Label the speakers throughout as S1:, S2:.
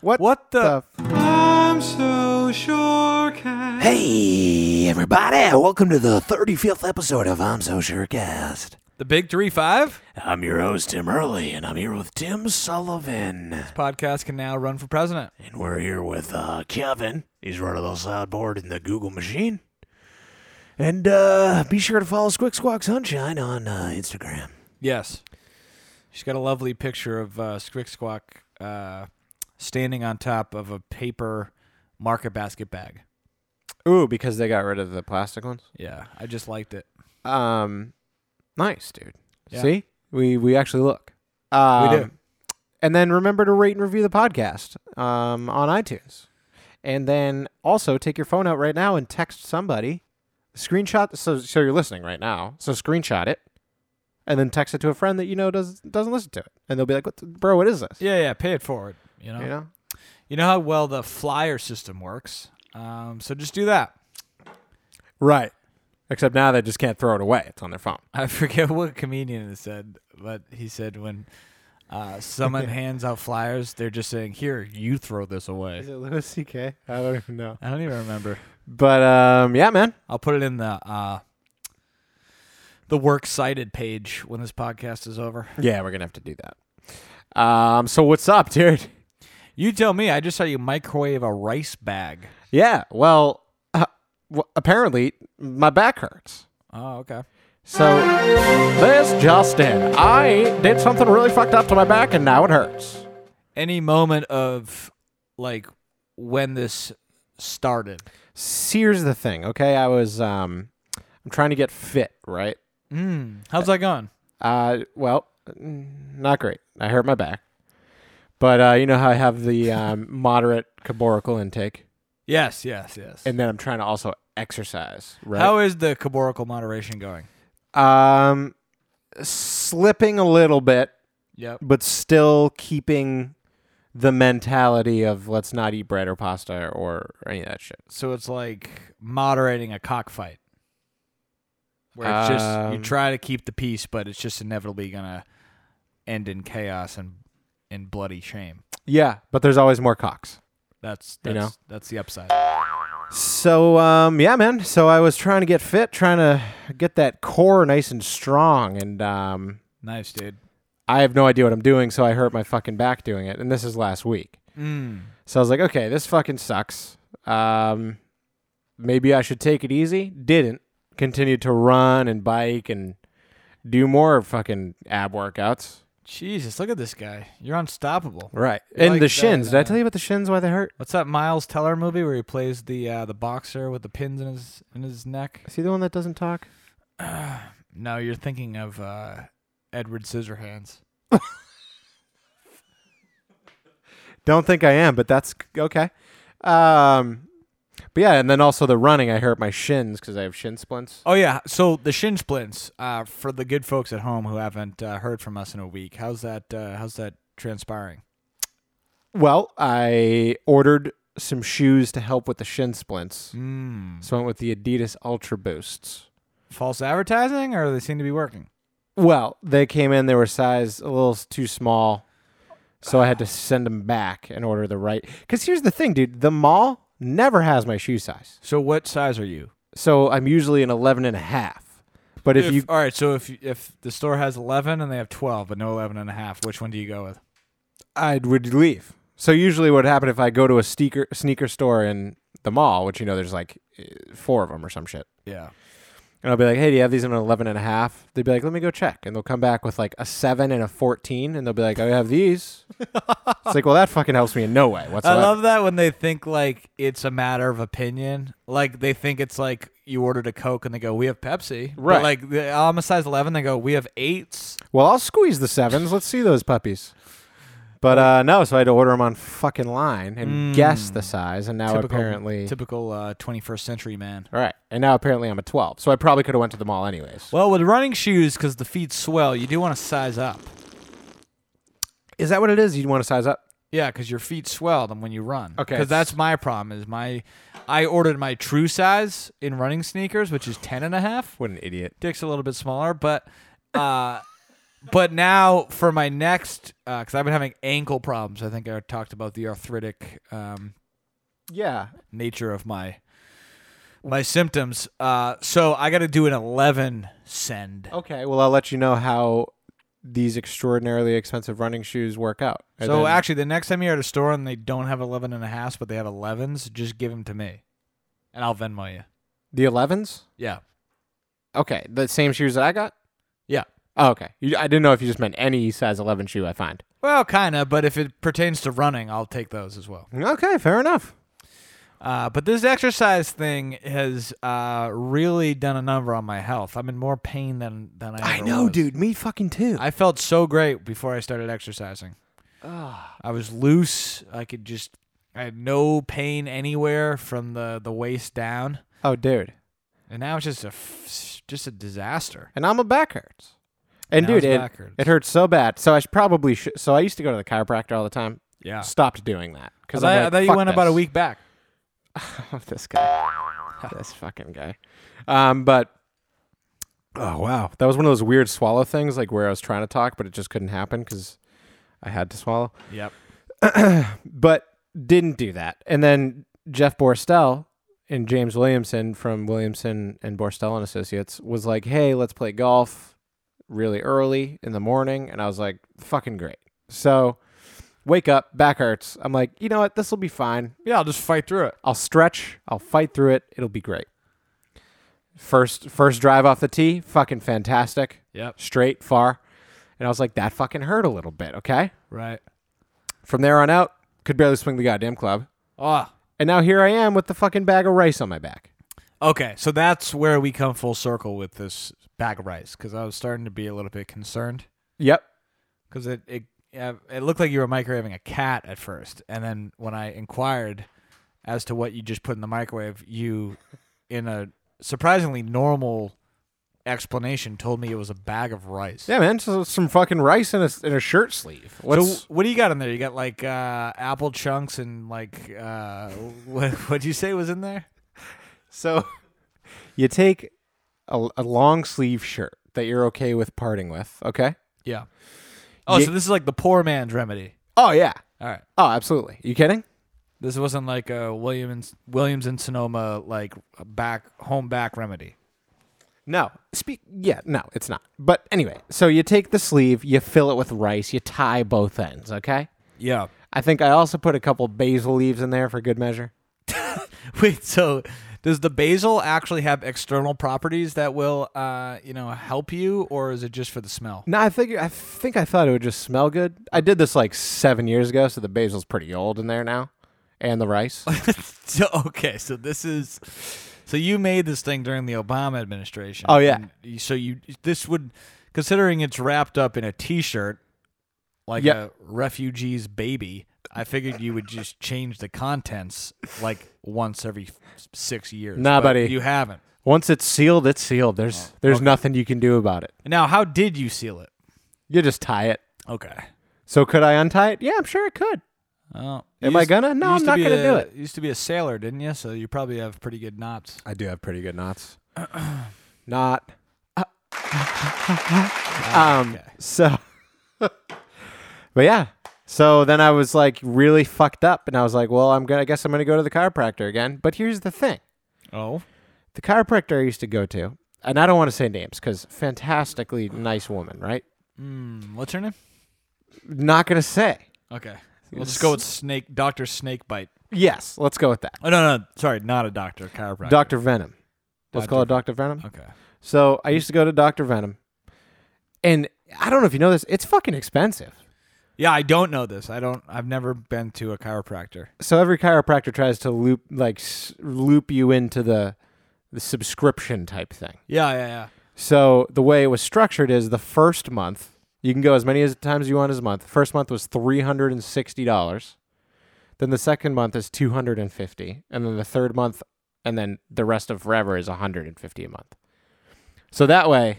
S1: What?
S2: What the?
S1: f-
S3: I'm so sure can.
S4: Hey, everybody, welcome to the 35th episode of I'm So Surecast.
S2: the big three five
S4: I'm your host, Tim Hurley, and I'm here with Tim Sullivan.
S2: podcast can now run for president.
S4: And we're here with uh, Kevin. He's running the soundboard in the Google machine. And uh, be sure to follow Squick Squawk Sunshine on uh, Instagram.
S2: Yes, she's got a lovely picture of uh, Squick Squawk uh, standing on top of a paper market basket bag.
S1: Ooh, because they got rid of the plastic ones.
S2: Yeah, I just liked it.
S1: Um, nice, dude.
S2: Yeah.
S1: See, we we actually look. Um,
S2: do.
S1: And then remember to rate and review the podcast um, on iTunes, and then also take your phone out right now and text somebody. Screenshot. So so you're listening right now. So screenshot it, and then text it to a friend that you know does doesn't listen to it, and they'll be like, "What, the- bro? What is this?"
S2: Yeah, yeah, pay it forward. You know,
S1: You know.
S2: you know how well the flyer system works. Um, so just do that.
S1: Right. Except now they just can't throw it away. It's on their phone.
S2: I forget what comedian it said, but he said when uh, someone hands out flyers, they're just saying, "Here, you throw this away."
S1: it Louis C.K.? I don't even know.
S2: I don't even remember.
S1: But um, yeah, man.
S2: I'll put it in the uh, the works cited page when this podcast is over.
S1: Yeah, we're gonna have to do that. Um, so what's up, dude?
S2: You tell me. I just saw you microwave a rice bag.
S1: Yeah. Well, uh, well apparently my back hurts.
S2: Oh, okay.
S1: So this just in. I did something really fucked up to my back, and now it hurts.
S2: Any moment of like when this started?
S1: See, here's the thing. Okay, I was um, I'm trying to get fit, right?
S2: Mm, how's that going?
S1: Uh, well, mm, not great. I hurt my back, but uh, you know how I have the um, moderate carborical intake,
S2: Yes, yes, yes.
S1: and then I'm trying to also exercise. Right?
S2: How is the caborical moderation going?
S1: Um, slipping a little bit,
S2: Yep.
S1: but still keeping the mentality of let's not eat bread or pasta or, or any of that shit.
S2: So it's like moderating a cockfight, where it's just you
S1: Um,
S2: try to keep the peace, but it's just inevitably gonna end in chaos and and bloody shame.
S1: Yeah, but there's always more cocks.
S2: That's
S1: You
S2: that's
S1: know?
S2: that's the upside.
S1: So um, yeah, man. So I was trying to get fit, trying to get that core nice and strong, and um,
S2: Nice, dude.
S1: I have no idea what I'm doing, so I hurt my fucking back doing it, and this is last week.
S2: Mm.
S1: So I was like, okay, this fucking sucks. Um, maybe I should take it easy. Didn't. Continued to run and bike and do more fucking ab workouts.
S2: Jesus, look at this guy. You're unstoppable.
S1: Right. And
S2: like
S1: the
S2: that,
S1: shins. Did I
S2: uh,
S1: tell you about the shins? Why they hurt?
S2: What's that Miles Teller movie where he plays the uh, the boxer with the pins in his in his neck?
S1: See the one that doesn't talk?
S2: No, you're thinking of uh, Edward Scissorhands.
S1: Don't think I am, but that's okay. Um, but yeah, and then also the running. I hurt my shins because I have shin splints.
S2: Oh yeah, so the shin splints uh, for the good folks at home who haven't uh, heard from us in a week. How's that? Uh, how's that transpiring?
S1: Well, I ordered some shoes to help with the shin splints.
S2: Mm.
S1: So I went with the Adidas Ultra Boosts.
S2: False advertising, or they seem to be working.
S1: Well, they came in. They were size a little s- too small, so I had to send them back and order the right. Because here's the thing, dude: the mall never has my shoe size,
S2: So what size are you?
S1: so I'm usually an 11 and a half. But if, you,
S2: all right, so if if the store has eleven and they have twelve, but no eleven and a half, which one do you go with?
S1: I would leave. So usually, what happened if I go to a sneaker sneaker store in the mall, which you know there's like eh, four of them or some shit,
S2: Yeah.
S1: and I'll be like, "Hey, do you have these in an 11 and a half?" They'd be like, "Let me go check," and they'll come back with like a seven and a 14, and they'll be like, "I have these." it's like, well, that fucking helps me in no way
S2: I
S1: whatsoever.
S2: love that when they think like it's a matter of opinion. Like they think it's like you ordered a Coke and they go, "We have Pepsi."
S1: Right.
S2: But like the, I'm a size 11, they go, "We have eights.
S1: Well, I'll squeeze the sevens. Let's see those puppies. But uh, no, so I had to order them on fucking line and guess the size, and now
S2: typical,
S1: apparently,
S2: typical uh, 21st century man.
S1: all right, and now apparently I'm a twelve. So I probably could have went to the mall anyways.
S2: Well, with running shoes, because the feet swell, you do want to size up.
S1: Is that what it is? You want to size up?
S2: Yeah, because your feet swell them when you run.
S1: Okay,
S2: Because that's my problem is my, I ordered my true size in running sneakers, which is 10 and a half.
S1: What an idiot!
S2: Dick's a little bit smaller, but uh, but now for my next, because I've been having ankle problems. I think I talked about the arthritic um,
S1: Yeah.
S2: nature of my my symptoms. Uh, so I got to do an eleven send.
S1: Okay. Well, I'll let you know how these extraordinarily expensive running shoes work out. And
S2: So
S1: then-
S2: actually, the next time you're at a store and they don't have 11 and a half, but they have 11s, just give them to me, and I'll Venmo you.
S1: the 11s.
S2: Yeah,
S1: Okay, the same shoes that I got.
S2: yeah.
S1: Oh, okay. You, I didn't know if you just meant any size 11 shoe I find.
S2: Well, kind of, but if it pertains to running, I'll take those as well.
S1: Okay, fair enough.
S2: Uh, but this exercise thing has uh, really done a number on my health. I'm in more pain than than I.
S1: I
S2: ever
S1: know,
S2: was.
S1: dude. Me fucking too.
S2: I felt so great before I started exercising.
S1: Oh,
S2: I was loose. I could just. I had no pain anywhere from the the waist down,
S1: oh, dude.
S2: and now it's just a f- just a disaster.
S1: And I'm a back hurts. And
S2: Now
S1: dude,
S2: it's
S1: it,
S2: back hurts.
S1: it hurts so bad. So I should probably sh- so I used to go to the chiropractor all the time.
S2: Yeah.
S1: Stopped doing that because
S2: Ah. I, I thought you went about a week back.
S1: this guy, this fucking guy. Um, but oh wow, that was one of those weird swallow things, like where I was trying to talk, but it just couldn't happen because I had to swallow.
S2: Yep.
S1: but didn't do that. And then Jeff Borstel and James Williamson from Williamson and Borstel and Associates was like, "Hey, let's play golf really early in the morning." And I was like, "Fucking great." So wake up, back hurts. I'm like, "You know what? This will be fine.
S2: Yeah, I'll just fight through it.
S1: I'll stretch, I'll fight through it. It'll be great." First first drive off the tee, fucking fantastic.
S2: Yep.
S1: Straight, far. And I was like, "That fucking hurt a little bit, okay?"
S2: Right.
S1: From there on out, could barely swing the goddamn club.
S2: Oh,
S1: And now here I am with the fucking bag of rice on my back.
S2: okay. So that's where we come full circle with this bag of rice because I was starting to be a little bit concerned
S1: Yep.
S2: because it it uh, it looked like you were microwaving a cat at first, and then when I inquired as to what you just put in the microwave, you, in a surprisingly normal explanation, told me it was a bag of rice.
S1: Yeah, man. So some fucking rice in a, in a shirt sleeve. What's,
S2: So what do you got in there? You got like uh, apple chunks and like uh, what what you say was in there?
S1: so you take a, a long sleeve shirt that you're okay with parting with, okay?
S2: Yeah. Oh,
S1: Ye-
S2: so this is like the poor man's remedy.
S1: Oh, yeah.
S2: All right.
S1: Oh, absolutely. You kidding?
S2: This wasn't like a William and, Williams and Sonoma like back home back remedy.
S1: No. Speak. Yeah, no, it's not. But anyway, so you take the sleeve, you fill it with rice, you tie both ends, okay?
S2: Yeah.
S1: I think I also put a couple basil leaves in there for good measure.
S2: Wait, so does the basil actually have external properties that will uh, you know, help you or is it just for the smell?
S1: No, I think I think I thought it would just smell good. I did this like seven years ago, so the basil's pretty old in there now, and the rice.
S2: so, okay, so this is so you made this thing during the Obama administration.
S1: Oh, yeah.
S2: And you- so you this would considering it's wrapped up in a T-shirt like
S1: Yep.
S2: a refugee's baby. I figured you would just change the contents like once every f- six years.
S1: Nah,
S2: but
S1: buddy.
S2: You haven't.
S1: Once it's sealed, it's sealed. There's there's nothing you can do about it.
S2: Now, how did you seal it?
S1: You just tie it.
S2: Okay.
S1: So could I untie it? Yeah, I'm sure it could.
S2: Oh,
S1: Am
S2: you
S1: I
S2: used-
S1: gonna?
S2: you
S1: No, I'm
S2: used
S1: not
S2: be
S1: gonna
S2: a-
S1: do it.
S2: You used to be a sailor, didn't you? So you probably have pretty good knots.
S1: I do have pretty good knots. Not. um. So. but yeah. So then I was like really fucked up, and I was like, well, I'm gonna. I guess I'm gonna go to the chiropractor again. But here's the thing.
S2: Oh,
S1: the chiropractor I used to go to, and I don't want to say names because fantastically nice woman, right?
S2: what's her name?
S1: Not gonna say.
S2: Okay. We'll just go with Snake Doctor Snakebite.
S1: Yes, let's go with that.
S2: Oh no, no, sorry, not a doctor, chiropractor.
S1: Doctor Venom. Let's call it Doctor
S2: Dr.
S1: Venom.
S2: Okay.
S1: So I used to go to Doctor Venom, and I don't know if you know this. It's fucking expensive.
S2: Yeah, I don't know this. I don't. I've never been to a chiropractor.
S1: So every chiropractor tries to loop like s- loop you into the the subscription type thing.
S2: Yeah, yeah, yeah.
S1: So the way it was structured is the first month you can go as many as times as you want as a month. First month was three hundred and sixty dollars. Then the second month is two hundred and fifty, and then the third month, and then the rest of forever is hundred and fifty a month. So that way,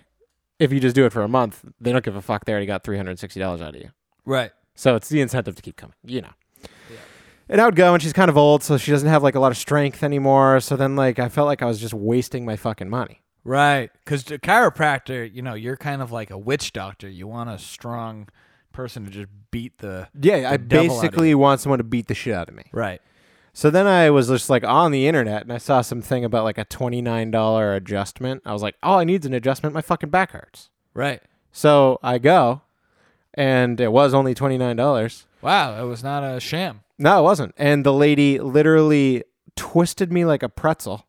S1: if you just do it for a month, they don't give a fuck. They already got three hundred and sixty dollars out of you.
S2: Right.
S1: So it's the incentive to keep coming, you know. And I would go, and she's kind of old, so she doesn't have like a lot of strength anymore. So then, like, I felt like I was just wasting my fucking money.
S2: Right. Because the chiropractor, you know, you're kind of like a witch doctor. You want a strong person to just beat the.
S1: Yeah, I
S2: the devil out of
S1: basically
S2: you.
S1: want someone to beat the shit out of me.
S2: Right.
S1: So then I was just like on the internet and I saw something about like a $29 adjustment. I was like, all I need is an adjustment. My fucking back hurts.
S2: Right.
S1: So I go and it was only $29.
S2: Wow. It was not a sham.
S1: No, it wasn't. And the lady literally twisted me like a pretzel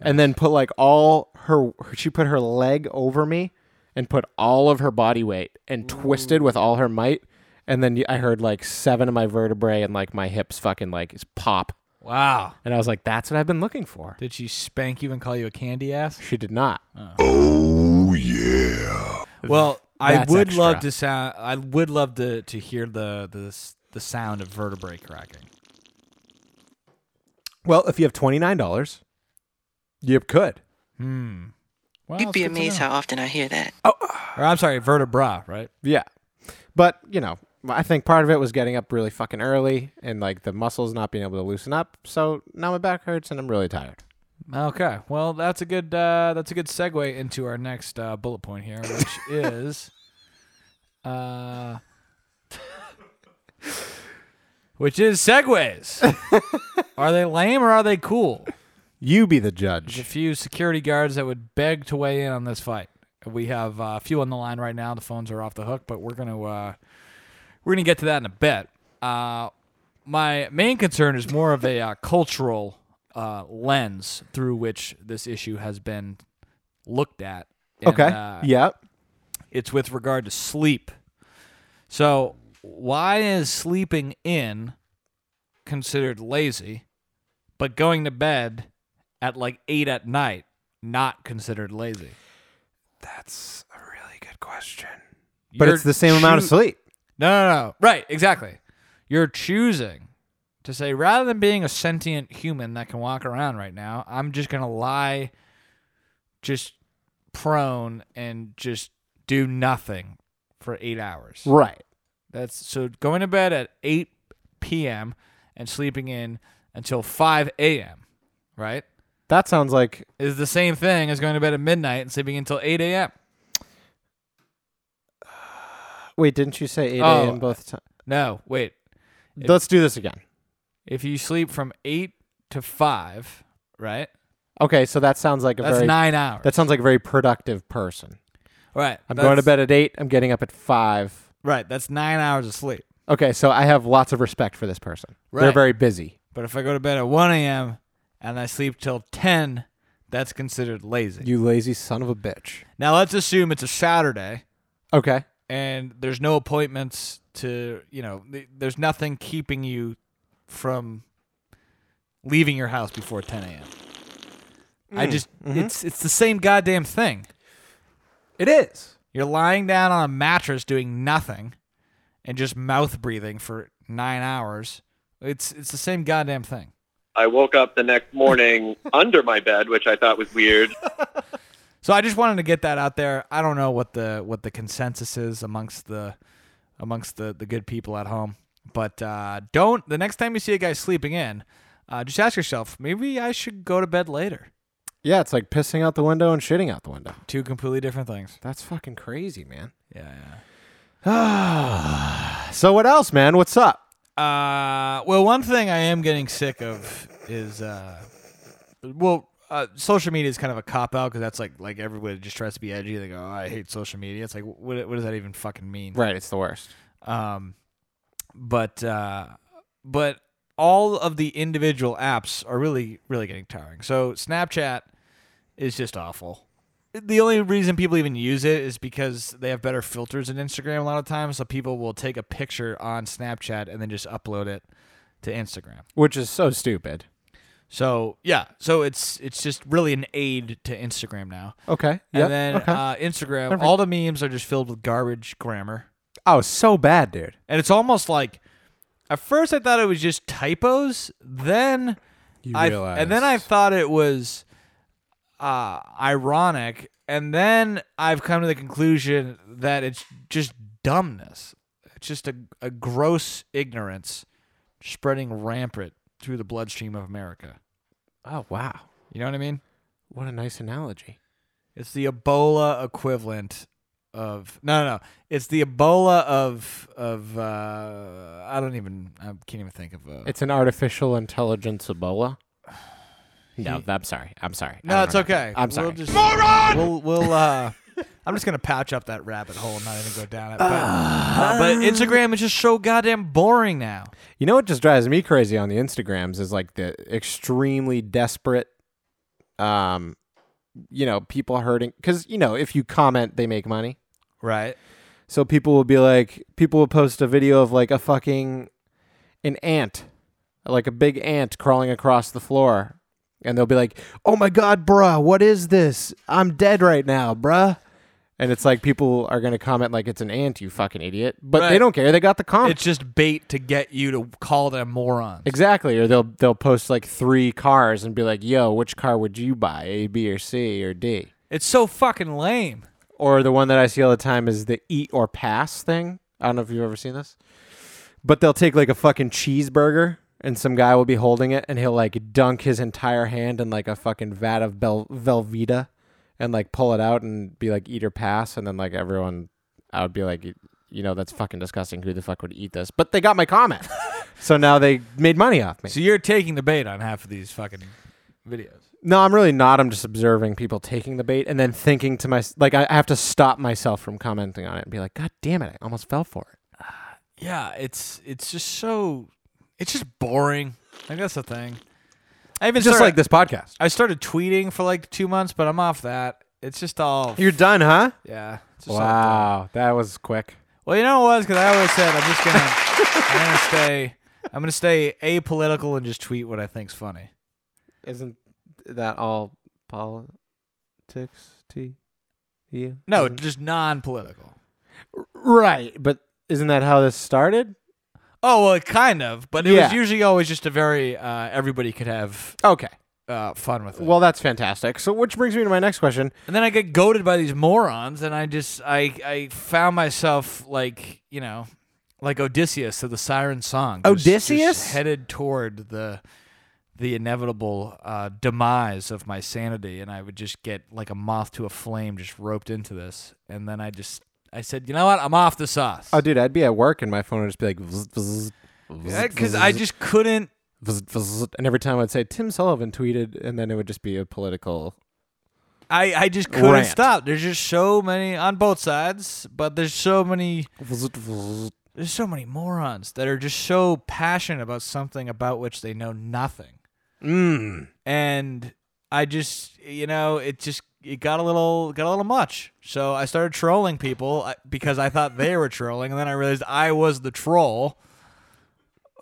S1: and then put like all her, she put her leg over me and put all of her body weight and twisted with all her might. And then I heard like seven of my vertebrae and like my hips fucking like pop.
S2: Wow.
S1: And I was like, that's what I've been looking for.
S2: Did she spank you and call you a candy ass?
S1: She did not.
S2: Well, I
S1: That's
S2: would
S1: extra.
S2: love to sound. I would love to to hear the the s- the sound of vertebrae cracking.
S1: Well, if you have twenty nine dollars, you could.
S2: Hmm. Well,
S5: You'd
S2: it's
S5: be
S2: good to
S5: amazed
S2: know.
S5: how often I hear that.
S2: Or I'm sorry, vertebra. Right.
S1: Yeah, but you know, I think part of it was getting up really fucking early and like the muscles not being able to loosen up. So now my back hurts and I'm really tired.
S2: Okay. Well, that's a good uh, that's a good segue into our next uh, bullet point here, which is, uh, which is segues. are they lame or are they cool?
S1: You be the
S2: There's a
S1: judge.
S2: few security guards that would beg to weigh in on this fight. We have uh, a few on the line right now. The phones are off the hook, but we're gonna uh, we're gonna get to that in a bit. Uh, my main concern is more of a uh, cultural uh, lens through which this issue has been looked at. And,
S1: Okay.
S2: uh,
S1: yep.
S2: it's with regard to sleep. So, why is sleeping in considered lazy, but going to bed at like eight at night not considered lazy?
S4: That's a really good question.
S1: But
S2: You're
S1: it's the same amount of
S2: choo-
S1: sleep.
S2: No, no, no. Right, exactly. You're choosing to say rather than being a sentient human that can walk around right now, I'm just going to lie just prone and just do nothing for 8 hours.
S1: Right.
S2: That's so going to bed at 8 p.m. and sleeping in until 5 a.m. Right
S1: That sounds like
S2: is the same thing as going to bed at midnight and sleeping until 8 a.m.
S1: wait. Didn't you say eight
S2: Oh.
S1: a.m. both times?
S2: No, wait.
S1: Let's do this again.
S2: If you sleep from 8 to 5, right?
S1: Okay, so that sounds like a
S2: That's
S1: very
S2: nine hours.
S1: that sounds like a very productive person.
S2: right.
S1: I'm
S2: that's-
S1: going to bed at eight. I'm getting up at five.
S2: Right. That's nine hours of sleep.
S1: Okay, so I have lots of respect for this person. They're
S2: Right.
S1: very busy.
S2: But if I go to bed at 1 a.m. and I sleep till 10, that's considered lazy.
S1: You lazy son of a bitch.
S2: now let's assume it's a Saturday
S1: Okay.
S2: and there's no appointments to, you know, th- there's nothing keeping you from leaving your house before 10 a.m. I just, it's it's the same goddamn thing.
S1: It is.
S2: You're lying down on a mattress doing nothing and just mouth breathing for nine hours. It's it's the same goddamn thing.
S6: I woke up the next morning under my bed, which I thought was weird.
S2: So I just wanted to get that out there. I don't know what the what the consensus is amongst the amongst the the good people at home, but uh, don't the next time you see a guy sleeping in, uh, just ask yourself maybe I should go to bed later.
S1: Yeah, it's like pissing out the window and shitting out the window.
S2: Two completely different things.
S1: That's fucking crazy, man.
S2: Yeah. yeah.
S1: So what else, man? What's up?
S2: Uh, well, one thing I am getting sick of is, uh, well, uh, social media is kind of a cop out because that's like like everybody just tries to be edgy. They go, oh, I hate social media. It's like, what, what does that even fucking mean?
S1: Right, it's the worst.
S2: Um, but uh, but all of the individual apps are really really getting tiring. So Snapchat is just awful. The only reason people even use it is because they have better filters than Instagram a lot of times. So people will take a picture on Snapchat and then just upload it to Instagram.
S1: Which is so stupid.
S2: So yeah, so it's it's just really an aid to Instagram now.
S1: Okay.
S2: And
S1: Yeah.
S2: then
S1: okay.
S2: uh, Instagram, all the memes are just filled with garbage grammar.
S1: oh, so bad, dude.
S2: And it's almost like at first I thought it was just typos, then
S1: You
S2: I and then I thought it was uh ironic, and then I've come to the conclusion that it's just dumbness. It's just a, a gross ignorance spreading rampant through the bloodstream of America.
S1: Oh wow.
S2: You know what I mean?
S1: What a nice analogy.
S2: It's the Ebola equivalent of no, no, no. It's the Ebola of of uh, I don't even I can't even think of a.
S1: It's an artificial intelligence Ebola. No, I'm sorry. I'm sorry. I
S2: no,
S1: don't
S2: it's
S1: know.
S2: okay.
S1: I'm sorry.
S2: We'll just, Moron. We'll we'll. Uh, I'm just gonna pouch up that rabbit hole and not even go down it. But, uh, but Instagram is just so goddamn boring now.
S1: You know what just drives me crazy on the Instagrams is like the extremely desperate, um, you know, people hurting because you know if you comment they make money.
S2: Right.
S1: So people will be like, people will post a video of like a fucking, an ant, like a big ant crawling across the floor, and they'll be like, "Oh my god, bruh, what is this? I'm dead right now, bruh." And it's like people are gonna comment like it's an ant, you fucking idiot. But
S2: Right.
S1: they don't care. They got the comment.
S2: It's just bait to get you to call them morons.
S1: Exactly, or they'll they'll post like three cars and be like, "Yo, which car would you buy? A, B, or C, or D?"
S2: It's so fucking lame.
S1: Or the one that I see all the time is the eat or pass thing. I don't know if you've ever seen this, but they'll take like a fucking cheeseburger and some guy will be holding it and he'll like dunk his entire hand in like a fucking vat of Bel- Velveeta and like pull it out and be like eat or pass, and then like everyone, I would be like, "You- you know, that's fucking disgusting. Who the fuck would eat this? But they got my comment. So now they made money off me.
S2: So you're taking the bait on half of these fucking videos.
S1: No, I'm really not. I'm just observing people taking the bait and then thinking to my like I I have to stop myself from commenting on it and be like, God damn it, I almost fell for it.
S2: Yeah, it's it's just so it's just boring. I guess the thing. I even
S1: It's just
S2: started-
S1: like this podcast.
S2: I started tweeting for like two months, but I'm off that. It's just all
S1: You're done, huh?
S2: yeah. it's just all dumb.
S1: Wow, that was quick.
S2: Well, you know what it was because I always said I'm just gonna I'm gonna stay I'm gonna stay apolitical and just tweet what I think's funny.
S1: Isn't that all politics? T, you?
S2: No, just non-political.
S1: right. But isn't that how this started?
S2: Oh well, kind of, but it was
S1: Yeah.
S2: usually always just a very uh, everybody could have
S1: Okay.
S2: uh, fun with it.
S1: Well, that's fantastic. So, which brings me to my next question.
S2: And then I get goaded by these morons, and I just I I found myself like you know, like Odysseus of the Siren Song. just- just
S1: Odysseus?
S2: headed toward the the inevitable uh, demise of my sanity, and I would just get like a moth to a flame, just roped into this, and then I just I said, you know what, I'm off the sauce.
S1: Oh, dude, I'd be at work and my phone would just be like, vzz, vzz, vzz,
S2: Because I
S1: vzz.
S2: just couldn't.
S1: Vzz, vzz. and every time I'd say Tim Sullivan tweeted, and then it would just be a political.
S2: I, I just couldn't
S1: Rant.
S2: stop. There's just so many on both sides, but there's so many
S1: vzz, vzz.
S2: there's so many morons that are just so passionate about something about which they know nothing.
S4: Mm.
S2: And I just, you know, it just it got a little got a little much. So I started trolling people uh, because I thought they were trolling, and then I realized I was the troll.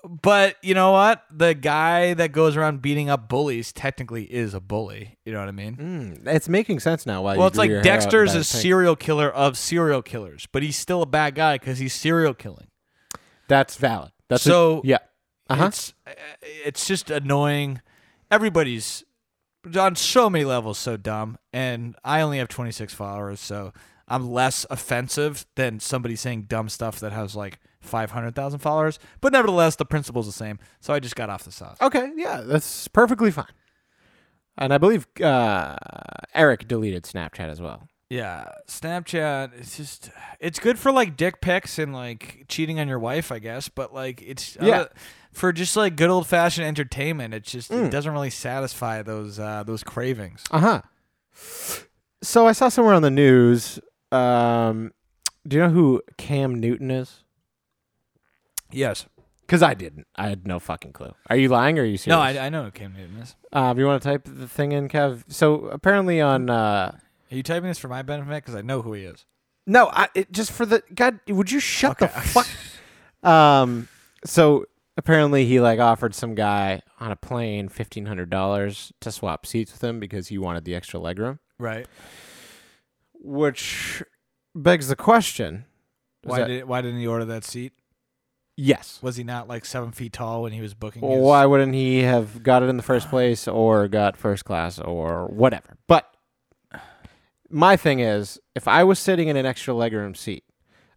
S2: But you know what? The guy that goes around beating up bullies technically is a bully. You know what I mean?
S1: Mm, it's making sense now. Why? you
S2: Well, it's
S1: grew your
S2: like
S1: hair out
S2: Dexter's
S1: and
S2: a
S1: dyed it pink.
S2: serial killer of serial killers, but he's still a bad guy because he's serial killing.
S1: That's valid. That's a-
S2: So-
S1: yeah. Uh huh.
S2: It's uh, it's just annoying. Everybody's on so many levels so dumb, and I only have 26 followers, so I'm less offensive than somebody saying dumb stuff that has like 500,000 followers. But nevertheless, the principle's the same, so I just got off the sauce.
S1: Okay. Yeah, that's perfectly fine. And I believe uh, Eric deleted Snapchat as well.
S2: Yeah, Snapchat. It's just it's good for like dick pics and like cheating on your wife, I guess. But like it's I
S1: Yeah.
S2: don't- for just like good old fashioned entertainment. It's just it doesn't really satisfy those uh, those cravings.
S1: Uh huh. So I saw somewhere on the news. Um, do you know who Cam Newton is?
S2: Yes.
S1: Because I didn't. I had no fucking clue. Are you lying or are you serious?
S2: No, I, I know it came Newton is.
S1: Uh, you want to type the thing in, Kev? So apparently on. Uh,
S2: Are you typing this for my benefit? Because I know who he is.
S1: No, I it, just for the God. Would you shut the
S2: Okay.
S1: fuck? um. So apparently he like offered some guy on a plane fifteen hundred dollars to swap seats with him because he wanted the extra legroom,
S2: Right.
S1: which begs the question. is
S2: Why
S1: that-
S2: did Why didn't he order that seat?
S1: yes?
S2: Was he not like seven feet tall when he was booking? his-
S1: Why wouldn't he have got it in the first place or got first class or whatever? But my thing is, if I was sitting in an extra legroom seat,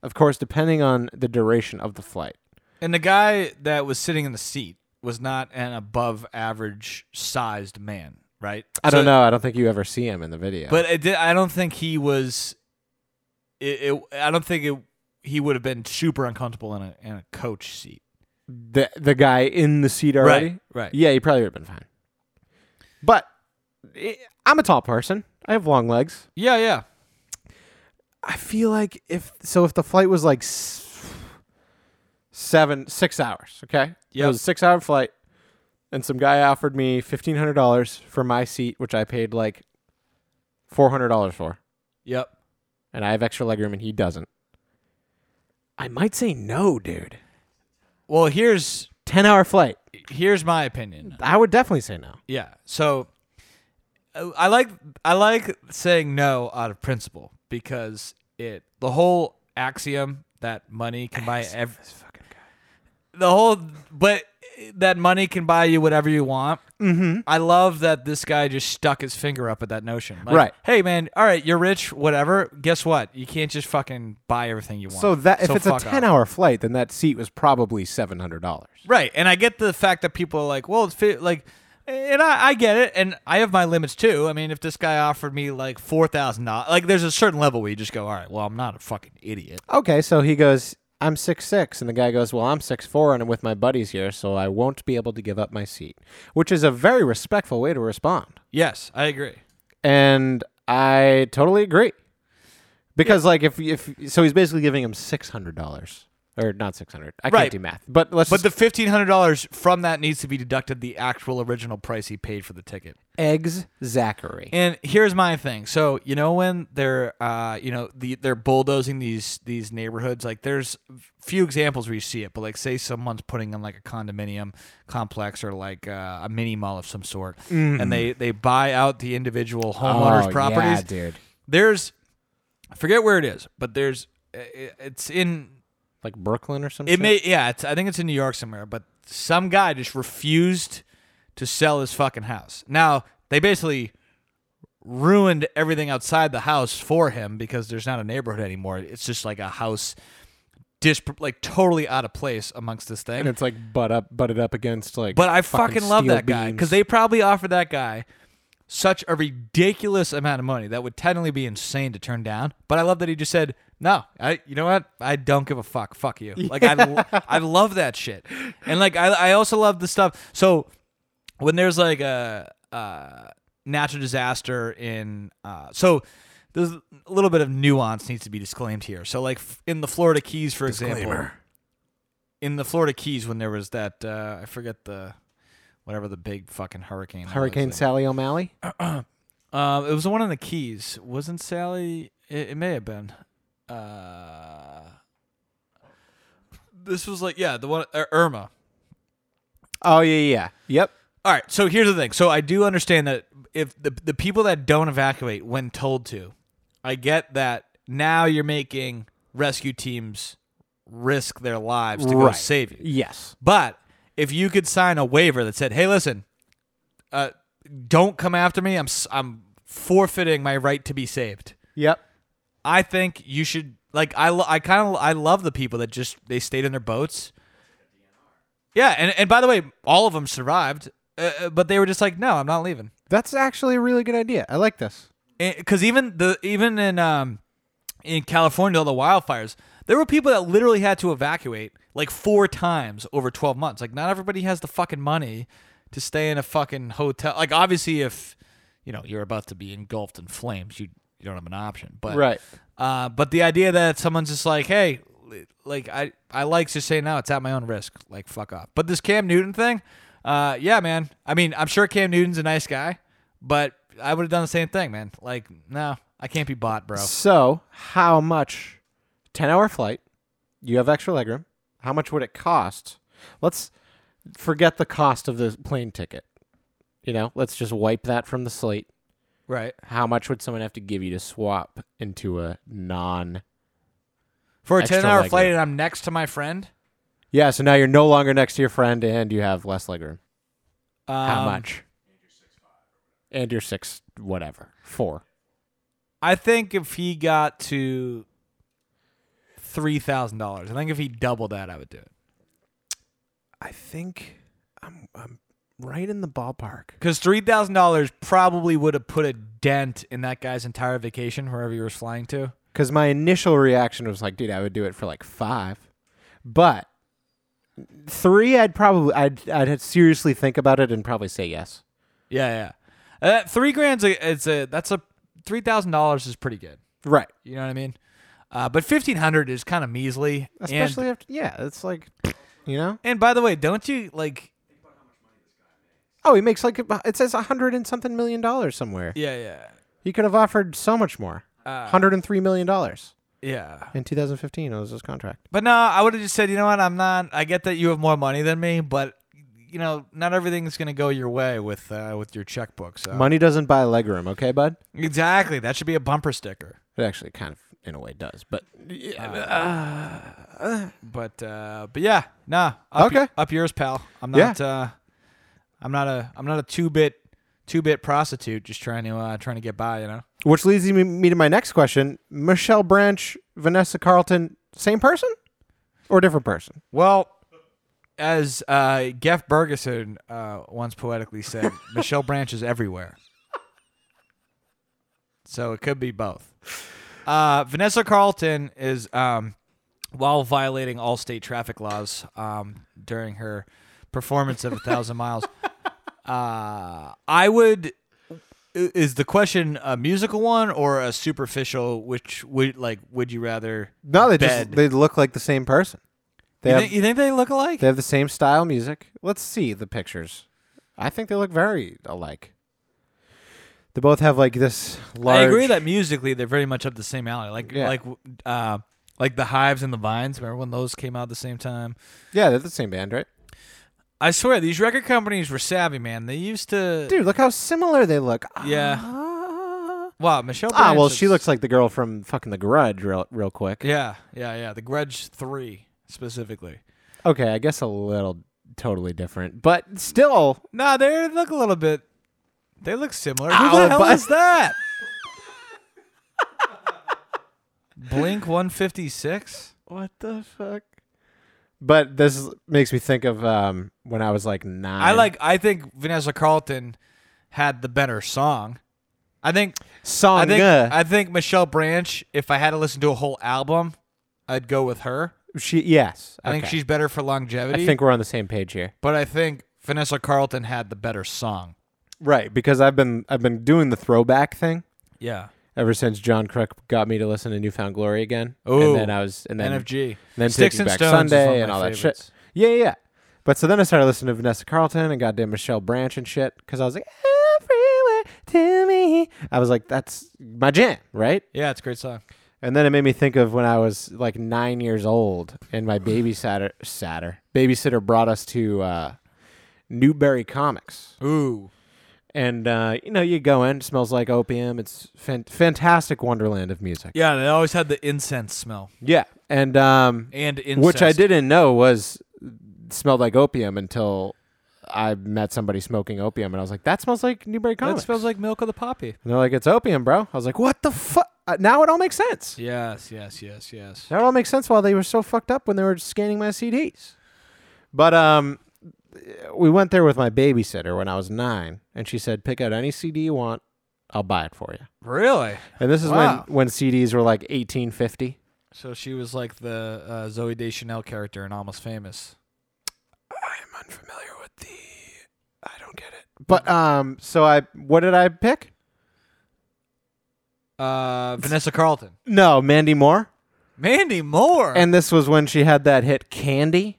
S1: of course, depending on the duration of the flight,
S2: And the guy that was sitting in the seat was not an above average sized man. right?
S1: I
S2: So-
S1: don't know. I don't think you ever see him in the video.
S2: But it did, I don't think he was. It, it, I don't think it. He would have been super uncomfortable in a in a coach seat.
S1: the the guy in the seat already.
S2: Right.
S1: Yeah, he probably would have been fine. But eh, I'm a tall person. I have long legs.
S2: Yeah. Yeah.
S1: I feel like if so, if the flight was like s- seven, six hours, okay, it
S2: Yep.
S1: was a six-hour flight, and some guy offered me fifteen hundred dollars for my seat, which I paid like four hundred dollars for,
S2: Yep.
S1: and I have extra legroom, and he doesn't. I might say no, dude.
S2: Well, here's
S1: Ten-hour flight.
S2: here's my opinion.
S1: I would definitely say no.
S2: Yeah. So uh, I like I like saying no out of principle because it the whole axiom that money can buy ev- the whole but that money can buy you whatever you want. Mm-hmm. I love that this guy just stuck his finger up at that notion. Like,
S1: Right.
S2: Hey man, all right, you're rich, whatever. Guess what? You can't just fucking buy everything you want.
S1: So that if it's a
S2: fuck off.
S1: ten-hour flight, then that seat was probably seven hundred dollars.
S2: Right, and I get the fact that people are like, well, it's fi-, like, and I, I get it, and I have my limits too. I mean, if this guy offered me like four thousand dollars, like, there's a certain level where you just go, all right, well, I'm not a fucking idiot.
S1: Okay, so he goes, I'm six six, and the guy goes, Well, I'm six four, and I'm with my buddies here, so I won't be able to give up my seat, which is a very respectful way to respond,
S2: Yes, I agree.
S1: and I totally agree, because like if if so, he's basically giving him six hundred dollars or not six hundred. I
S2: Right.
S1: can't do math, but let's
S2: But the
S1: just-
S2: fifteen hundred dollars from that needs to be deducted the actual original price he paid for the ticket.
S1: eggs Zachary.
S2: And here's my thing. So you know when they're, uh, you know, the, they're bulldozing these these neighborhoods. Like there's few examples where you see it, but like say someone's putting in like a condominium complex or like uh, a mini mall of some sort, and they they buy out the individual homeowners'
S1: Mm. Oh, yeah,
S2: properties.
S1: dude.
S2: There's, I forget where it is, but there's, it, it's in
S1: Like Brooklyn or something.
S2: it may yeah. It's, I think it's in New York somewhere, but some guy just refused to sell his fucking house. Now they basically ruined everything outside the house for him because there's not a neighborhood anymore. It's just like a house, disp- like totally out of place amongst this thing.
S1: and it's like butt up, butted up against like.
S2: But I fucking, love
S1: steel
S2: that guy because
S1: beams.
S2: they probably offered that guy such a ridiculous amount of money that would technically be insane to turn down. But I love that he just said, "No, I, you know what? I don't give a fuck. Fuck you." Like I, I love that shit, and like I, I also love the stuff. So when there's like a, uh natural disaster in, uh, so. There's a little bit of nuance needs to be disclaimed here. So, like f- in the Florida Keys, for example, in the Florida Keys when there was that uh, I forget the whatever the big fucking hurricane was.
S1: Hurricane Sally O'Malley.
S2: Um, it was the one on the Keys. Wasn't Sally? It, it may have been. Uh, this was like yeah, the one uh, Irma.
S1: Oh yeah, yeah, yep.
S2: All right, so here's the thing. So I do understand that if the the people that don't evacuate when told to, I get that now you're making rescue teams risk their lives to go
S1: Right.
S2: save you.
S1: Yes.
S2: But if you could sign a waiver that said, "Hey, listen, uh, don't come after me. I'm s- I'm forfeiting my right to be saved."
S1: Yep.
S2: I think you should like I lo- I kind of I love the people that just they stayed in their boats. Yeah, and and by the way, all of them survived, uh, uh, but they were just like, "No, I'm not leaving."
S1: That's actually a really good idea. I like this.
S2: because even the even in um in California all the wildfires there were people that literally had to evacuate like four times over 12 months like not everybody has the fucking money to stay in a fucking hotel like obviously if you know you're about to be engulfed in flames you you don't have an option but uh but the idea that someone's just like hey like I I like to say now it's at my own risk like fuck off but this Cam Newton thing uh yeah man I mean I'm sure Cam Newton's a nice guy but I would have done the same thing, man. Like, no, I can't be bought, bro.
S1: So, how much? 10 hour flight. You have extra legroom. How much would it cost? Let's forget the cost of the plane ticket. You know, let's just wipe that from the slate.
S2: Right.
S1: How much would someone have to give you to swap into a non.
S2: For a
S1: Extra
S2: 10 hour
S1: leg
S2: flight
S1: room.
S2: and I'm next to my friend.
S1: Yeah, so now you're no longer next to your friend and you have less legroom.
S2: Um,
S1: How much? And you're six, whatever. Four.
S2: I think if he got to $3,000, I think if he doubled that, I would do it.
S1: I think I'm, I'm right in the ballpark.
S2: Because three thousand dollars probably would have put a dent in that guy's entire vacation, wherever he was flying to.
S1: Because my initial reaction was like, dude, I would do it for like five, but three, I'd probably, I'd, I'd seriously think about it and probably say yes.
S2: Yeah, yeah. Uh, three grand's a, it's a that's a three thousand dollars is pretty good.
S1: Right.
S2: You know what I mean? Uh, but fifteen hundred is kind of measly. and-
S1: Especially after, yeah, it's like, you know?
S2: and by the way, don't you like?
S1: Oh, he makes like, it says a hundred and something million dollars somewhere.
S2: Yeah, Uh, yeah,
S1: He could have offered so much more. Hundred and three million dollars
S2: yeah.
S1: in 2015 was his contract.
S2: But no, I would have just said, you know what? I'm not. I get that you have more money than me, but you know, not everything's gonna go your way with uh, with your checkbook. So
S1: Money doesn't buy legroom, okay, bud?
S2: exactly, that should be a bumper sticker.
S1: It actually kind of, in a way, does. But yeah,
S2: But uh, but yeah, nah. Up,
S1: Okay.
S2: up yours, pal. I'm
S1: Yeah.
S2: not. Uh, I'm not a. I'm not a two bit two bit prostitute just trying to uh, trying to get by. You know.
S1: which leads me- me to my next question: Michelle Branch, Vanessa Carlton, same person or different person?
S2: Well, as uh, Jeff Bergeson uh, once poetically said, Michelle Branch is everywhere. So it could be both. Uh, Vanessa Carlton is, um, while violating all state traffic laws um, during her performance of A Thousand Miles, uh, I would. i- Is the question a musical one or a superficial? Which would like would you rather?
S1: No, they
S2: bed?
S1: just they look like the same person. They
S2: you,
S1: have
S2: think, you think they look alike?
S1: they have the same style music. Let's see the pictures. I think they look very alike. They both have like this large.
S2: I agree that musically they're very much up the same alley. Like
S1: Yeah.
S2: like uh like the Hives and the Vines. Remember when those came out at the same time?
S1: yeah, they're the same band, right?
S2: I swear these record companies were savvy, man. They used to
S1: Dude, look how similar they look.
S2: Yeah.
S1: Ah.
S2: Wow, Michelle.
S1: Ah,
S2: Branch
S1: well,
S2: is-
S1: she looks like the girl from fucking The Grudge, real, real quick.
S2: Yeah, yeah, yeah. The Grudge Three specifically.
S1: Okay, I guess a little totally different, but still.
S2: Nah, they look a little bit. They look similar. Who
S1: Ow,
S2: the hell
S1: but-
S2: is that? Blink One Fifty Six.
S1: What the fuck? But this makes me think of um, when I was like nine.
S2: I like. I think Vanessa Carlton had the better song. I think
S1: song.
S2: I think I think Michelle Branch. If I had to listen to a whole album, I'd go with her.
S1: she yes.
S2: I think
S1: okay.
S2: she's better for longevity.
S1: I think we're on the same page here.
S2: but I think Vanessa Carlton had the better song.
S1: Right, because I've been I've been doing the throwback thing
S2: Yeah.
S1: ever since John Crook got me to listen to Newfound Glory again.
S2: Ooh,
S1: and then I was and then
S2: NFG.
S1: then
S2: Sticks
S1: Taking Back
S2: and Stones is one
S1: Sunday
S2: of
S1: and
S2: my
S1: all that
S2: favorites.
S1: shit. Yeah, yeah, yeah. But so then I started listening to Vanessa Carlton and goddamn Michelle Branch and shit because I was like everywhere to me. I was like, that's my jam, right?
S2: Yeah, it's a great song.
S1: And then it made me think of when I was like nine years old, and my babysitter, satter, babysitter brought us to uh, Newberry Comics,
S2: Ooh.
S1: and uh, you know you go in, it smells like opium. It's fan- fantastic wonderland of music.
S2: Yeah, they always had the incense smell
S1: Yeah, and um,
S2: and incest.
S1: which I didn't know was smelled like opium until I met somebody smoking opium, and I was like, that smells like Newberry
S2: That
S1: Comics.
S2: smells like milk of the poppy.
S1: and they're like, it's opium, bro. I was like, what the fuck? Uh, now it all makes sense.
S2: Yes, yes, yes, yes.
S1: That all makes sense why they were so fucked up when they were scanning my CDs. But um, we went there with my babysitter when I was nine, and she said, "Pick out any CD you want, I'll buy it for you."
S2: Really?
S1: And this is
S2: Wow.
S1: when when CDs were like eighteen fifty.
S2: So she was like the uh, Zoe Deschanel character in Almost Famous.
S1: I'm unfamiliar with the. I don't get it. But um, so I what did I pick?
S2: Uh, Vanessa Carlton.
S1: No, Mandy Moore.
S2: Mandy Moore.
S1: And this was when she had that hit Candy.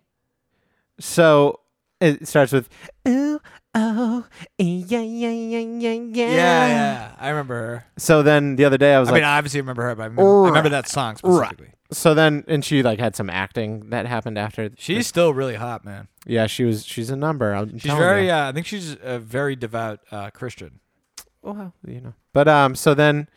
S1: So it starts with ooh oh yeah yeah yeah yeah yeah.
S2: yeah, yeah, I remember her.
S1: So then the other day I was
S2: I
S1: um, like,
S2: mean, I obviously remember her, but I remember, I remember that song specifically.
S1: so then and she like had some acting that happened after.
S2: She's still really hot, man.
S1: yeah, she was she's a number. I'm
S2: She's very, uh, I think she's a very devout uh, Christian.
S1: well, you know. But um, so then,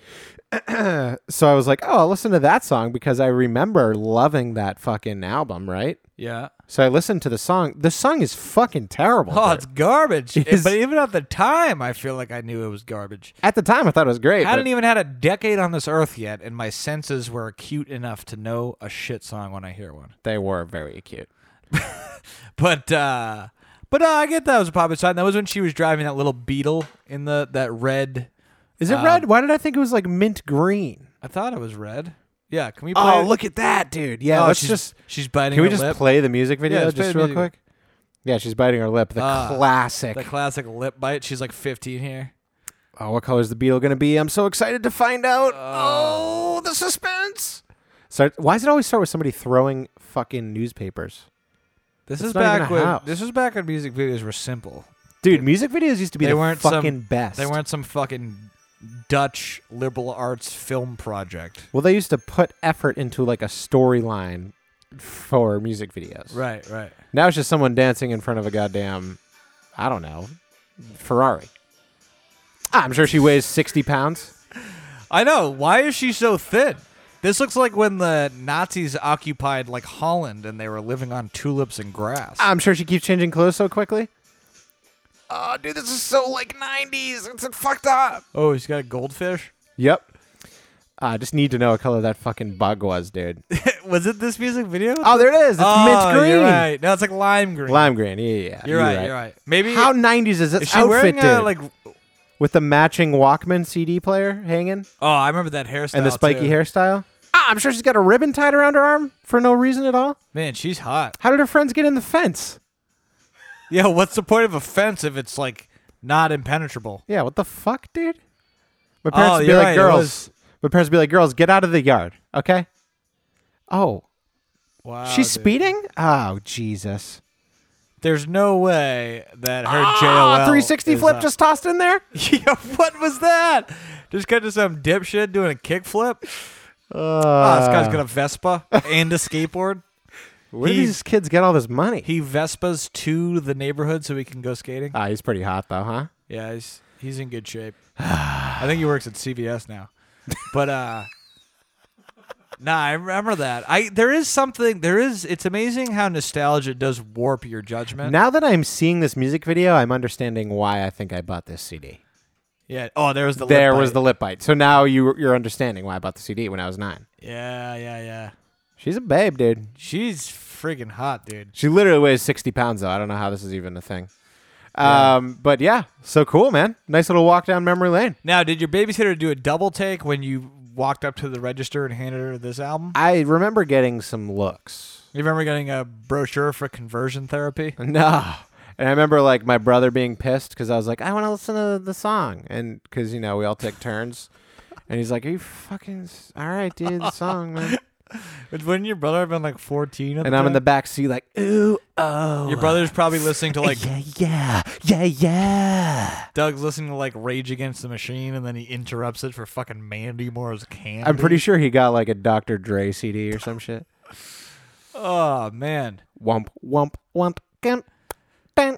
S1: so I was like, oh, I'll listen to that song because I remember loving that fucking album, right?
S2: Yeah.
S1: So I listened to the song. The song is fucking terrible.
S2: Oh,
S1: but
S2: it's garbage.
S1: Is-
S2: but even at the time, I feel like I knew it was garbage.
S1: At the time, I thought it was great.
S2: I
S1: but-
S2: hadn't even had a decade on this earth yet, and my senses were acute enough to know a shit song when I hear one.
S1: They were very cute.
S2: But, uh, But uh, I get that was a popular song. That was when she was driving that little Beetle in the that red.
S1: Is
S2: Um,
S1: it red? Why did I think it was like mint green?
S2: I thought it was red. Yeah, can we? Play
S1: Oh,
S2: it?
S1: look at that, dude. Yeah,
S2: Oh,
S1: let's
S2: she's,
S1: just
S2: she's biting.
S1: Can we
S2: her
S1: just
S2: lip.
S1: play the music video
S2: let's play
S1: just
S2: the
S1: real
S2: music.
S1: quick? Yeah, she's biting her lip. The
S2: Ah,
S1: classic.
S2: the classic lip bite? She's like 15 here.
S1: oh, what color is the beetle going to be? I'm so excited to find out. oh, the suspense. Start, why does it always start with somebody throwing fucking newspapers?
S2: This
S1: It's
S2: is
S1: not even
S2: back
S1: a
S2: when
S1: house.
S2: this is back when music videos were simple.
S1: Dude, music videos used to be
S2: They
S1: the
S2: weren't some-
S1: fucking best.
S2: They weren't some fucking Dutch liberal arts film project.
S1: Well, they used to put effort into like a storyline for music videos.
S2: Right, right.
S1: Now it's just someone dancing in front of a goddamn, I don't know, Ferrari. I'm sure she weighs 60 pounds.
S2: I know. Why is she so thin? This looks like when the Nazis occupied like Holland and they were living on tulips and grass.
S1: I'm sure she keeps changing clothes so quickly. Oh, dude, this is so like 90s. It's fucked up.
S2: oh, he's got a goldfish.
S1: Yep. I just need to know what color that fucking bug was, dude.
S2: Was it this music video?
S1: Oh, there it is. It's
S2: Oh,
S1: mint green.
S2: You're right. No, it's like lime green.
S1: Lime green. Yeah, yeah, yeah.
S2: You're, right, You're right. Maybe
S1: How 90s is this
S2: is she
S1: outfit,
S2: wearing
S1: dude?
S2: a, like? oh,
S1: With the matching Walkman CD player hanging
S2: Oh, I remember that hairstyle
S1: and the spiky
S2: too.
S1: hairstyle. Ah, I'm sure she's got a ribbon tied around her arm for no reason at all.
S2: Man, she's hot.
S1: How did her friends get in the fence?
S2: Yeah, what's the point of a fence if it's like not impenetrable?
S1: Yeah, what the fuck, dude? My parents
S2: Oh,
S1: would be
S2: you're
S1: like,
S2: right, it
S1: girls.
S2: was-
S1: My parents would be like, girls, get out of the yard, okay? Oh,
S2: Wow,
S1: she's
S2: dude.
S1: speeding? Oh, Jesus.
S2: There's no way that her
S1: Ah,
S2: JOL
S1: 360
S2: is
S1: flip
S2: up.
S1: just tossed in there?
S2: yeah, what was that? Just cut to some dipshit doing a kickflip. Oh, this
S1: Uh.
S2: guy's got a Vespa and a skateboard.
S1: Where do
S2: he's-
S1: these kids get all this money?
S2: He Vespas to the neighborhood so he can go skating.
S1: ah, he's pretty hot, though, huh?
S2: Yeah, he's he's in good shape. I think he works at CVS now. But uh Nah, I remember that. I there is something there is it's amazing how nostalgia does warp your judgment.
S1: Now that I'm seeing this music video, I'm understanding why I think I bought this CD.
S2: yeah. Oh, there was the lip
S1: there was
S2: bite.
S1: the lip bite. So now you, you're understanding why I bought the CD when I was nine.
S2: Yeah, yeah, yeah.
S1: She's a babe, dude.
S2: She's friggin' hot, dude.
S1: She literally weighs 60 pounds, though. I don't know how this is even a thing. Um, but yeah, so cool, man. Nice little walk down memory lane.
S2: Now, did your babysitter do a double take when you walked up to the register and handed her this album?
S1: I remember getting some looks.
S2: You remember getting a brochure for conversion therapy?
S1: No. And I remember like my brother being pissed because I was like, I want to listen to the song, and because you know we all take turns, and he's like, "Are you fucking s- all right, dude? The song, man."
S2: But Wouldn't your brother have been like 14? At
S1: And I'm in the
S2: time?
S1: back seat, like, "Ooh, oh,
S2: Your brother's probably listening to like
S1: yeah, yeah, yeah, yeah."
S2: Doug's listening to like Rage Against the Machine, and then he interrupts it for fucking Mandy Moore's candy.
S1: I'm pretty sure he got like a Dr. Dre CD or some shit.
S2: Oh man,
S1: Wump, wump, wump, gump, dun,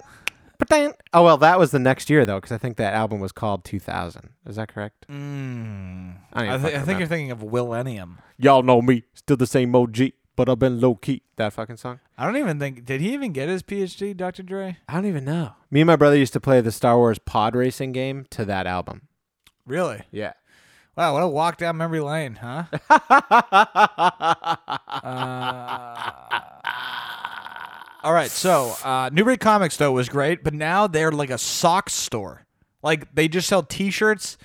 S1: dun. Oh well, that was the next year though, because I think that album was called 2000. Is that correct? Mm. I, don't
S2: I,
S1: even fucking
S2: th- I think
S1: remember.
S2: you're thinking of Millennium.
S1: Y'all know me, still the same OG, but I've been low key. That fucking song.
S2: I don't even think did he even get his PhD, Dr. Dre?
S1: I don't even know. Me and my brother used to play the Star Wars pod racing game to that album.
S2: Really?
S1: Yeah.
S2: Wow, what a walk down memory lane, huh? Uh, All right, so uh, Newbury Comics though was great, but now they're like a sock store. Like they just sell T-shirts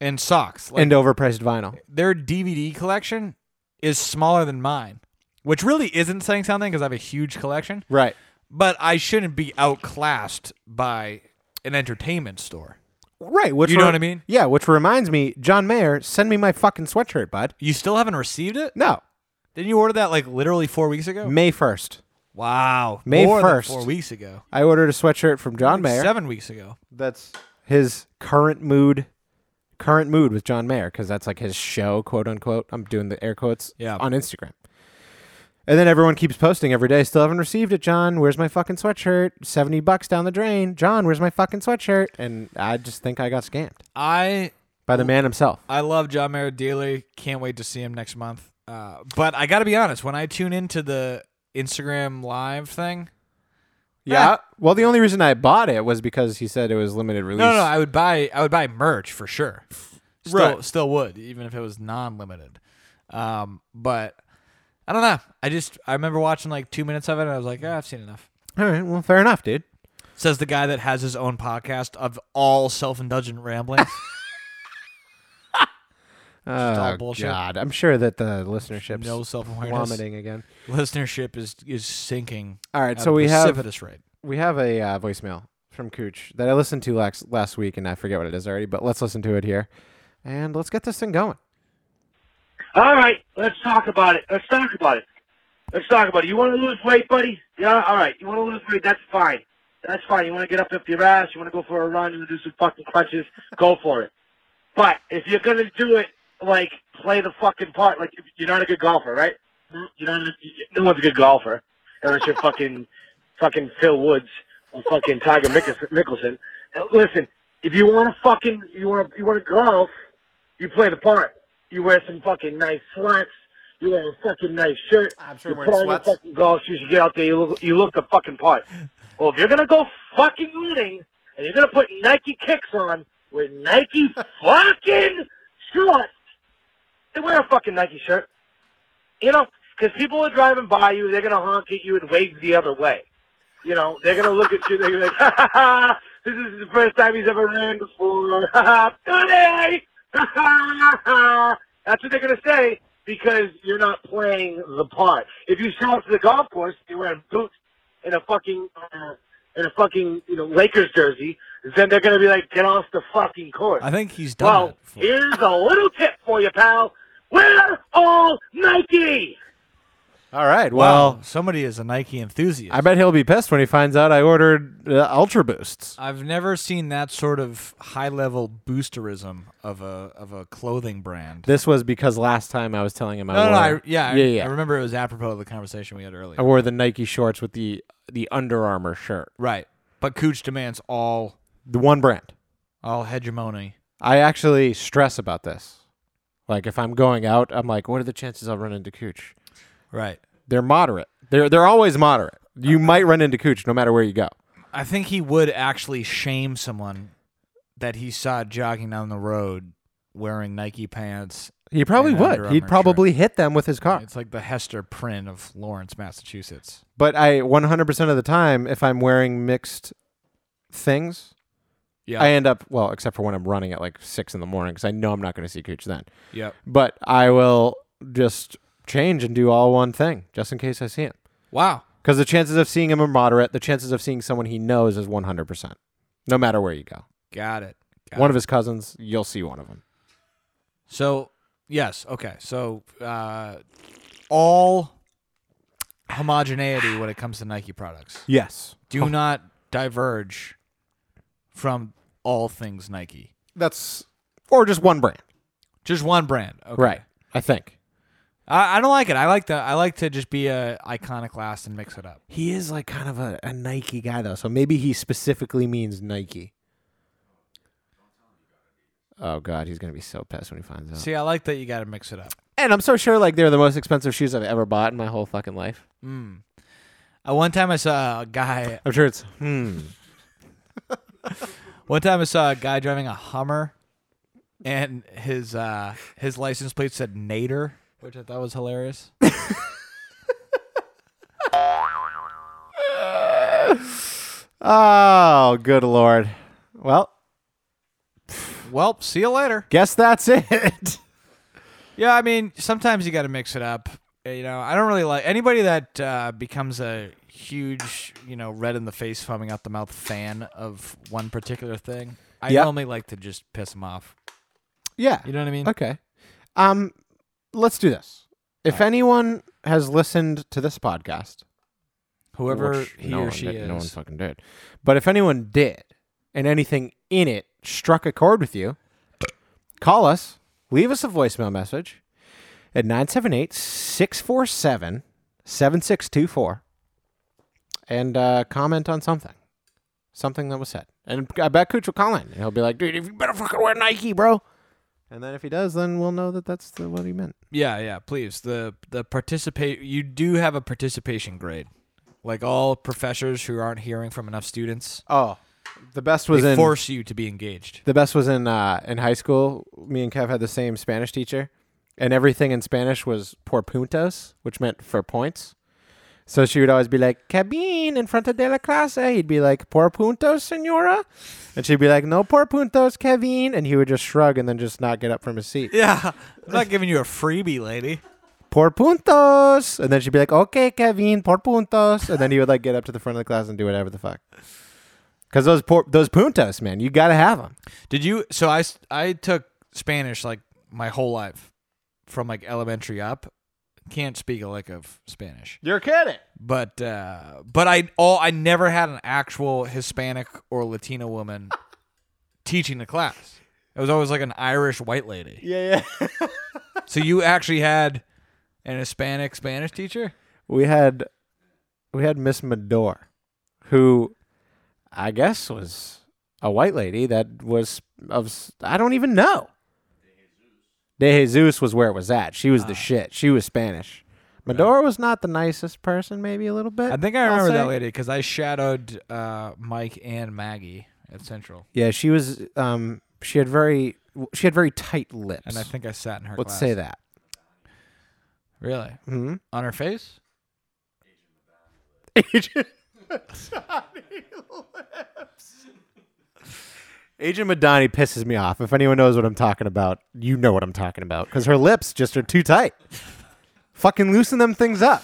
S2: and socks. Like
S1: and overpriced vinyl.
S2: their DVD collection is smaller than mine, which really isn't saying something because I have a huge collection.
S1: Right.
S2: But I shouldn't be outclassed by an entertainment store.
S1: Right. Which
S2: You know what I mean?
S1: Yeah. Which reminds me, John Mayer, send me my fucking sweatshirt, bud.
S2: You still haven't received it?
S1: No.
S2: Didn't you order that like literally four weeks ago?
S1: May 1st.
S2: Wow,
S1: May
S2: more than
S1: 1st.
S2: four weeks ago,
S1: I ordered a sweatshirt from John Mayer.
S2: seven weeks ago.
S1: That's his current mood. Current mood with John Mayer because that's like his show, quote unquote. I'm doing the air quotes
S2: Yeah.
S1: on Instagram. And then everyone keeps posting every day. Still haven't received it, John. Where's my fucking sweatshirt? Seventy bucks down the drain. John, where's my fucking sweatshirt? And I just think I got scammed
S2: I
S1: by the man himself.
S2: I love John Mayer dearly. Can't wait to see him next month. Uh, but I got to be honest, when I tune into the Instagram live thing,
S1: Yeah. Well, the only reason I bought it was because he said it was limited release.
S2: no, no, I would buy I would buy merch for sure. Still,
S1: Right.
S2: still would even if it was non limited. Um, but I don't know. I just I remember watching like two minutes of it, and I was like, ah, I've seen enough.
S1: All right. Well, fair enough, dude.
S2: Says the guy that has his own podcast of all self-indulgent ramblings. all
S1: Oh,
S2: bullshit.
S1: God, I'm sure that the listenership's
S2: no self-awareness.
S1: plummeting again.
S2: Listenership is is sinking.
S1: All right,
S2: at
S1: so
S2: a
S1: we have
S2: precipitous rate.
S1: we have a uh, voicemail from Cooch that I listened to last last week, and I forget what it is already. But let's listen to it here, and let's get this thing going.
S5: All right, let's talk about it. Let's talk about it. Let's talk about it. You want to lose weight, buddy? Yeah, all right. You want to lose weight? That's fine. That's fine. You want to get up off your ass? You want to go for a run? You want to do some fucking crunches? Go for it. But if you're gonna do it, like play the fucking part. Like if you're not a good golfer, right? You don't. No one's a good golfer unless you're fucking fucking Phil Woods or fucking Tiger Mickelson. Mickelson. Uh, Listen, if you want to fucking you want to you want to golf, you play the part. You wear some fucking nice slacks. You wear a fucking nice shirt.
S1: I'm sure
S5: you
S1: wearing
S5: put on
S1: sweats.
S5: your fucking golf shoes. You get out there. You look, you look the fucking part. Well, if you're gonna go fucking winning, and you're gonna put Nike kicks on with Nike fucking shorts, then wear a fucking Nike shirt. You know, because people are driving by you, they're gonna honk at you and wave the other way. You know, they're gonna look at you. They're gonna be like, ha ha ha! This is the first time he's ever ran before. Ha ha! Today! Ha ha ha! That's what they're gonna say because you're not playing the part. If you show up to the golf course, you're wearing boots in a fucking uh, in a fucking you know Lakers jersey, then they're gonna be like, get off the fucking course.
S2: I think he's done.
S5: Well,
S2: it for-
S5: here's a little tip for you, pal. Wear all Nike.
S1: All right, well,
S2: Wow, somebody is a Nike enthusiast.
S1: I bet he'll be pissed when he finds out I ordered uh, Ultra Boosts.
S2: I've never seen that sort of high level boosterism of a of a clothing brand.
S1: This was because last time I was telling him I
S2: no,
S1: wore
S2: no, I,
S1: yeah,
S2: yeah,
S1: Oh.
S2: I,
S1: yeah.
S2: I remember it was apropos of the conversation we had earlier.
S1: I wore the Nike shorts with the the Under Armour shirt,
S2: right, but Cooch demands all
S1: the one brand.
S2: all hegemony.
S1: I actually stress about this. Like if I'm going out, I'm like, what are the chances I'll run into Cooch?
S2: Right.
S1: They're moderate. They're they're always moderate. You might run into Cooch no matter where you go.
S2: I think he would actually shame someone that he saw jogging down the road wearing Nike pants.
S1: He probably
S2: And
S1: would.
S2: Under
S1: He'd
S2: Armour
S1: probably hit them with his car.
S2: It's like the Hester Prynne of Lawrence, Massachusetts.
S1: But I 100% of the time, if I'm wearing mixed things,
S2: Yeah.
S1: I end up well, except for when I'm running at like six in the morning because I know I'm not going to see Cooch then.
S2: yep.
S1: But I will just change and do all one thing just in case I see him.
S2: Wow.
S1: Because the chances of seeing him are moderate. The chances of seeing someone he knows is 100%, no matter where you go.
S2: Got it. Got
S1: One of his cousins, you'll see one of them.
S2: So yes, okay. So uh, all homogeneity when it comes to Nike products.
S1: Yes.
S2: Do not diverge from all things Nike.
S1: That's, or just one brand.
S2: Just one brand. Okay.
S1: Right. I think.
S2: I, I don't like it. I like the I like to just be a iconoclast and mix it up.
S1: He is like kind of a, a Nike guy, though. So maybe he specifically means Nike. Oh, God. He's going to be so pissed when he finds out.
S2: See, I like that you got to mix it up.
S1: and I'm so sure, like, they're the most expensive shoes I've ever bought in my whole fucking life.
S2: Uh, one time I saw a guy.
S1: I'm sure it's, hmm.
S2: One time I saw a guy driving a Hummer, and his uh, his license plate said Nader, which I thought was hilarious.
S1: Oh, good Lord. Well,
S2: well, see you later.
S1: guess that's it.
S2: Yeah, I mean, sometimes you got to mix it up. Uh, You know, I don't really like anybody that uh, becomes a huge, you know, red in the face, foaming out the mouth fan of one particular thing. I
S1: Yeah.
S2: normally like to just piss them off.
S1: yeah.
S2: You know what I mean?
S1: Okay. Um, let's do this. If anyone has listened to this podcast,
S2: Whoever
S1: which
S2: he
S1: no
S2: or
S1: one
S2: she
S1: did-
S2: is.
S1: no one fucking did. But if anyone did, and anything in it struck a chord with you, call us. Leave us a voicemail message at 978-647-7624 and uh, comment on something. Something that was said. And I bet Cooch will call in. And he'll be like, dude, if you better fucking wear Nike, bro. And then if he does, then we'll know that that's the, what he meant.
S2: Yeah, yeah. Please, the the participate. You do have a participation grade, like all professors who aren't hearing from enough students.
S1: Oh, the best was
S2: they
S1: in...
S2: force you to be engaged.
S1: The best was in uh, in high school. Me and Kev had the same Spanish teacher, and everything in Spanish was por puntos, which meant for points. So she would always be like, cabine in front de la clase. He'd be like, por puntos, senora. And she'd be like, no por puntos, Kevin. And he would just shrug and then just not get up from his seat.
S2: Yeah, I'm not giving you a freebie, lady.
S1: Por puntos. And then she'd be like, okay, Kevin, por puntos. And then he would like get up to the front of the class and do whatever the fuck. Because those, por- those puntos, man, you got to have them.
S2: Did you? So I s- I took Spanish like my whole life, from like elementary up. Can't speak a lick of Spanish.
S1: You're kidding.
S2: but uh, but I all I never had an actual Hispanic or Latina woman teaching the class. It was always like an Irish white lady.
S1: Yeah, yeah.
S2: So you actually had an Hispanic Spanish teacher?
S1: we had we had Miss Medor, who I guess was a white lady that was of s- I don't even know. De Jesus was where it was at. She was
S2: Ah.
S1: the shit. She was Spanish. Medora was not the nicest person, maybe a little bit.
S2: I think I
S1: I'll
S2: remember that
S1: say.
S2: lady because I shadowed uh, Mike and Maggie at Central,
S1: Yeah, she was. Um, she had very she had very tight lips.
S2: and I think I sat in her.
S1: let's
S2: class.
S1: say that.
S2: really
S1: Hmm?
S2: on her face.
S1: Agent Agent Madani pisses me off. If anyone knows what I'm talking about, you know what I'm talking about because her lips just are too tight. Fucking loosen them things up.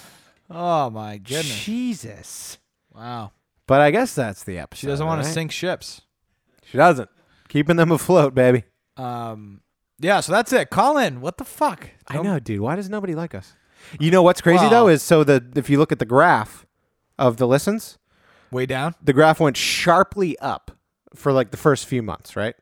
S2: Oh my goodness!
S1: Jesus.
S2: Wow,
S1: But I guess that's the episode.
S2: she doesn't want to
S1: right?
S2: sink ships.
S1: She doesn't. Keeping them afloat, baby.
S2: Um, yeah, so that's it. Call in. What the fuck?
S1: I know, dude. Why does nobody like us? You know what's crazy
S2: Wow.
S1: though is so the if you look at the graph of the listens,
S2: Way down.
S1: the graph went sharply up for like the first few months, right?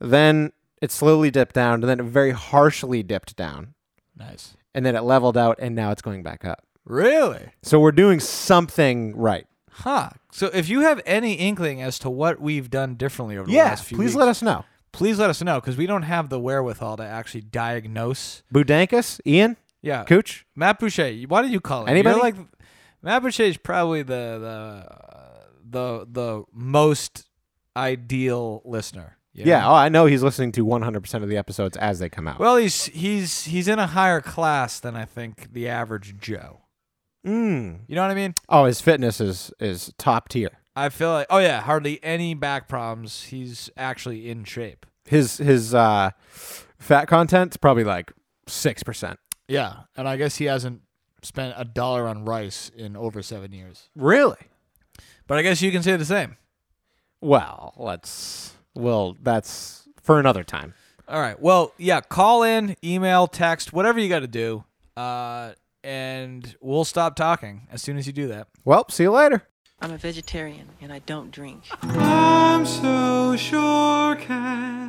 S1: Then it slowly dipped down, and then it very harshly dipped down,
S2: Nice.
S1: and then it leveled out, and now it's going back up.
S2: Really?
S1: So we're doing something right.
S2: Huh. So if you have any inkling as to what we've done differently over the
S1: Yeah,
S2: last
S1: please
S2: few
S1: let us know.
S2: please let us know because we don't have the wherewithal to actually diagnose.
S1: Budankus, Ian,
S2: Yeah.
S1: Cooch,
S2: Matt Boucher, you- why did you call it?
S1: Anybody?
S2: like Matt Boucher is probably the the the the most ideal listener. you
S1: yeah.
S2: know?
S1: Oh, I know he's listening to 100% of the episodes as they come out.
S2: Well, he's he's he's in a higher class than I think the average Joe.
S1: Mm.
S2: You know what I mean?
S1: Oh, his fitness is is top tier.
S2: I feel like oh yeah, hardly any back problems. He's actually in shape.
S1: His his uh, fat content's probably like six percent.
S2: Yeah, and I guess he hasn't spent a dollar on rice in over seven years.
S1: Really?
S2: But I guess you can say the same.
S1: Well, let's. Well, that's for another time.
S2: All right. Well, yeah. Call in, email, text, whatever you got to do, uh, and we'll stop talking as soon as you do that.
S1: Well, see you later.
S7: I'm a vegetarian and I don't drink.
S3: I'm so sure can.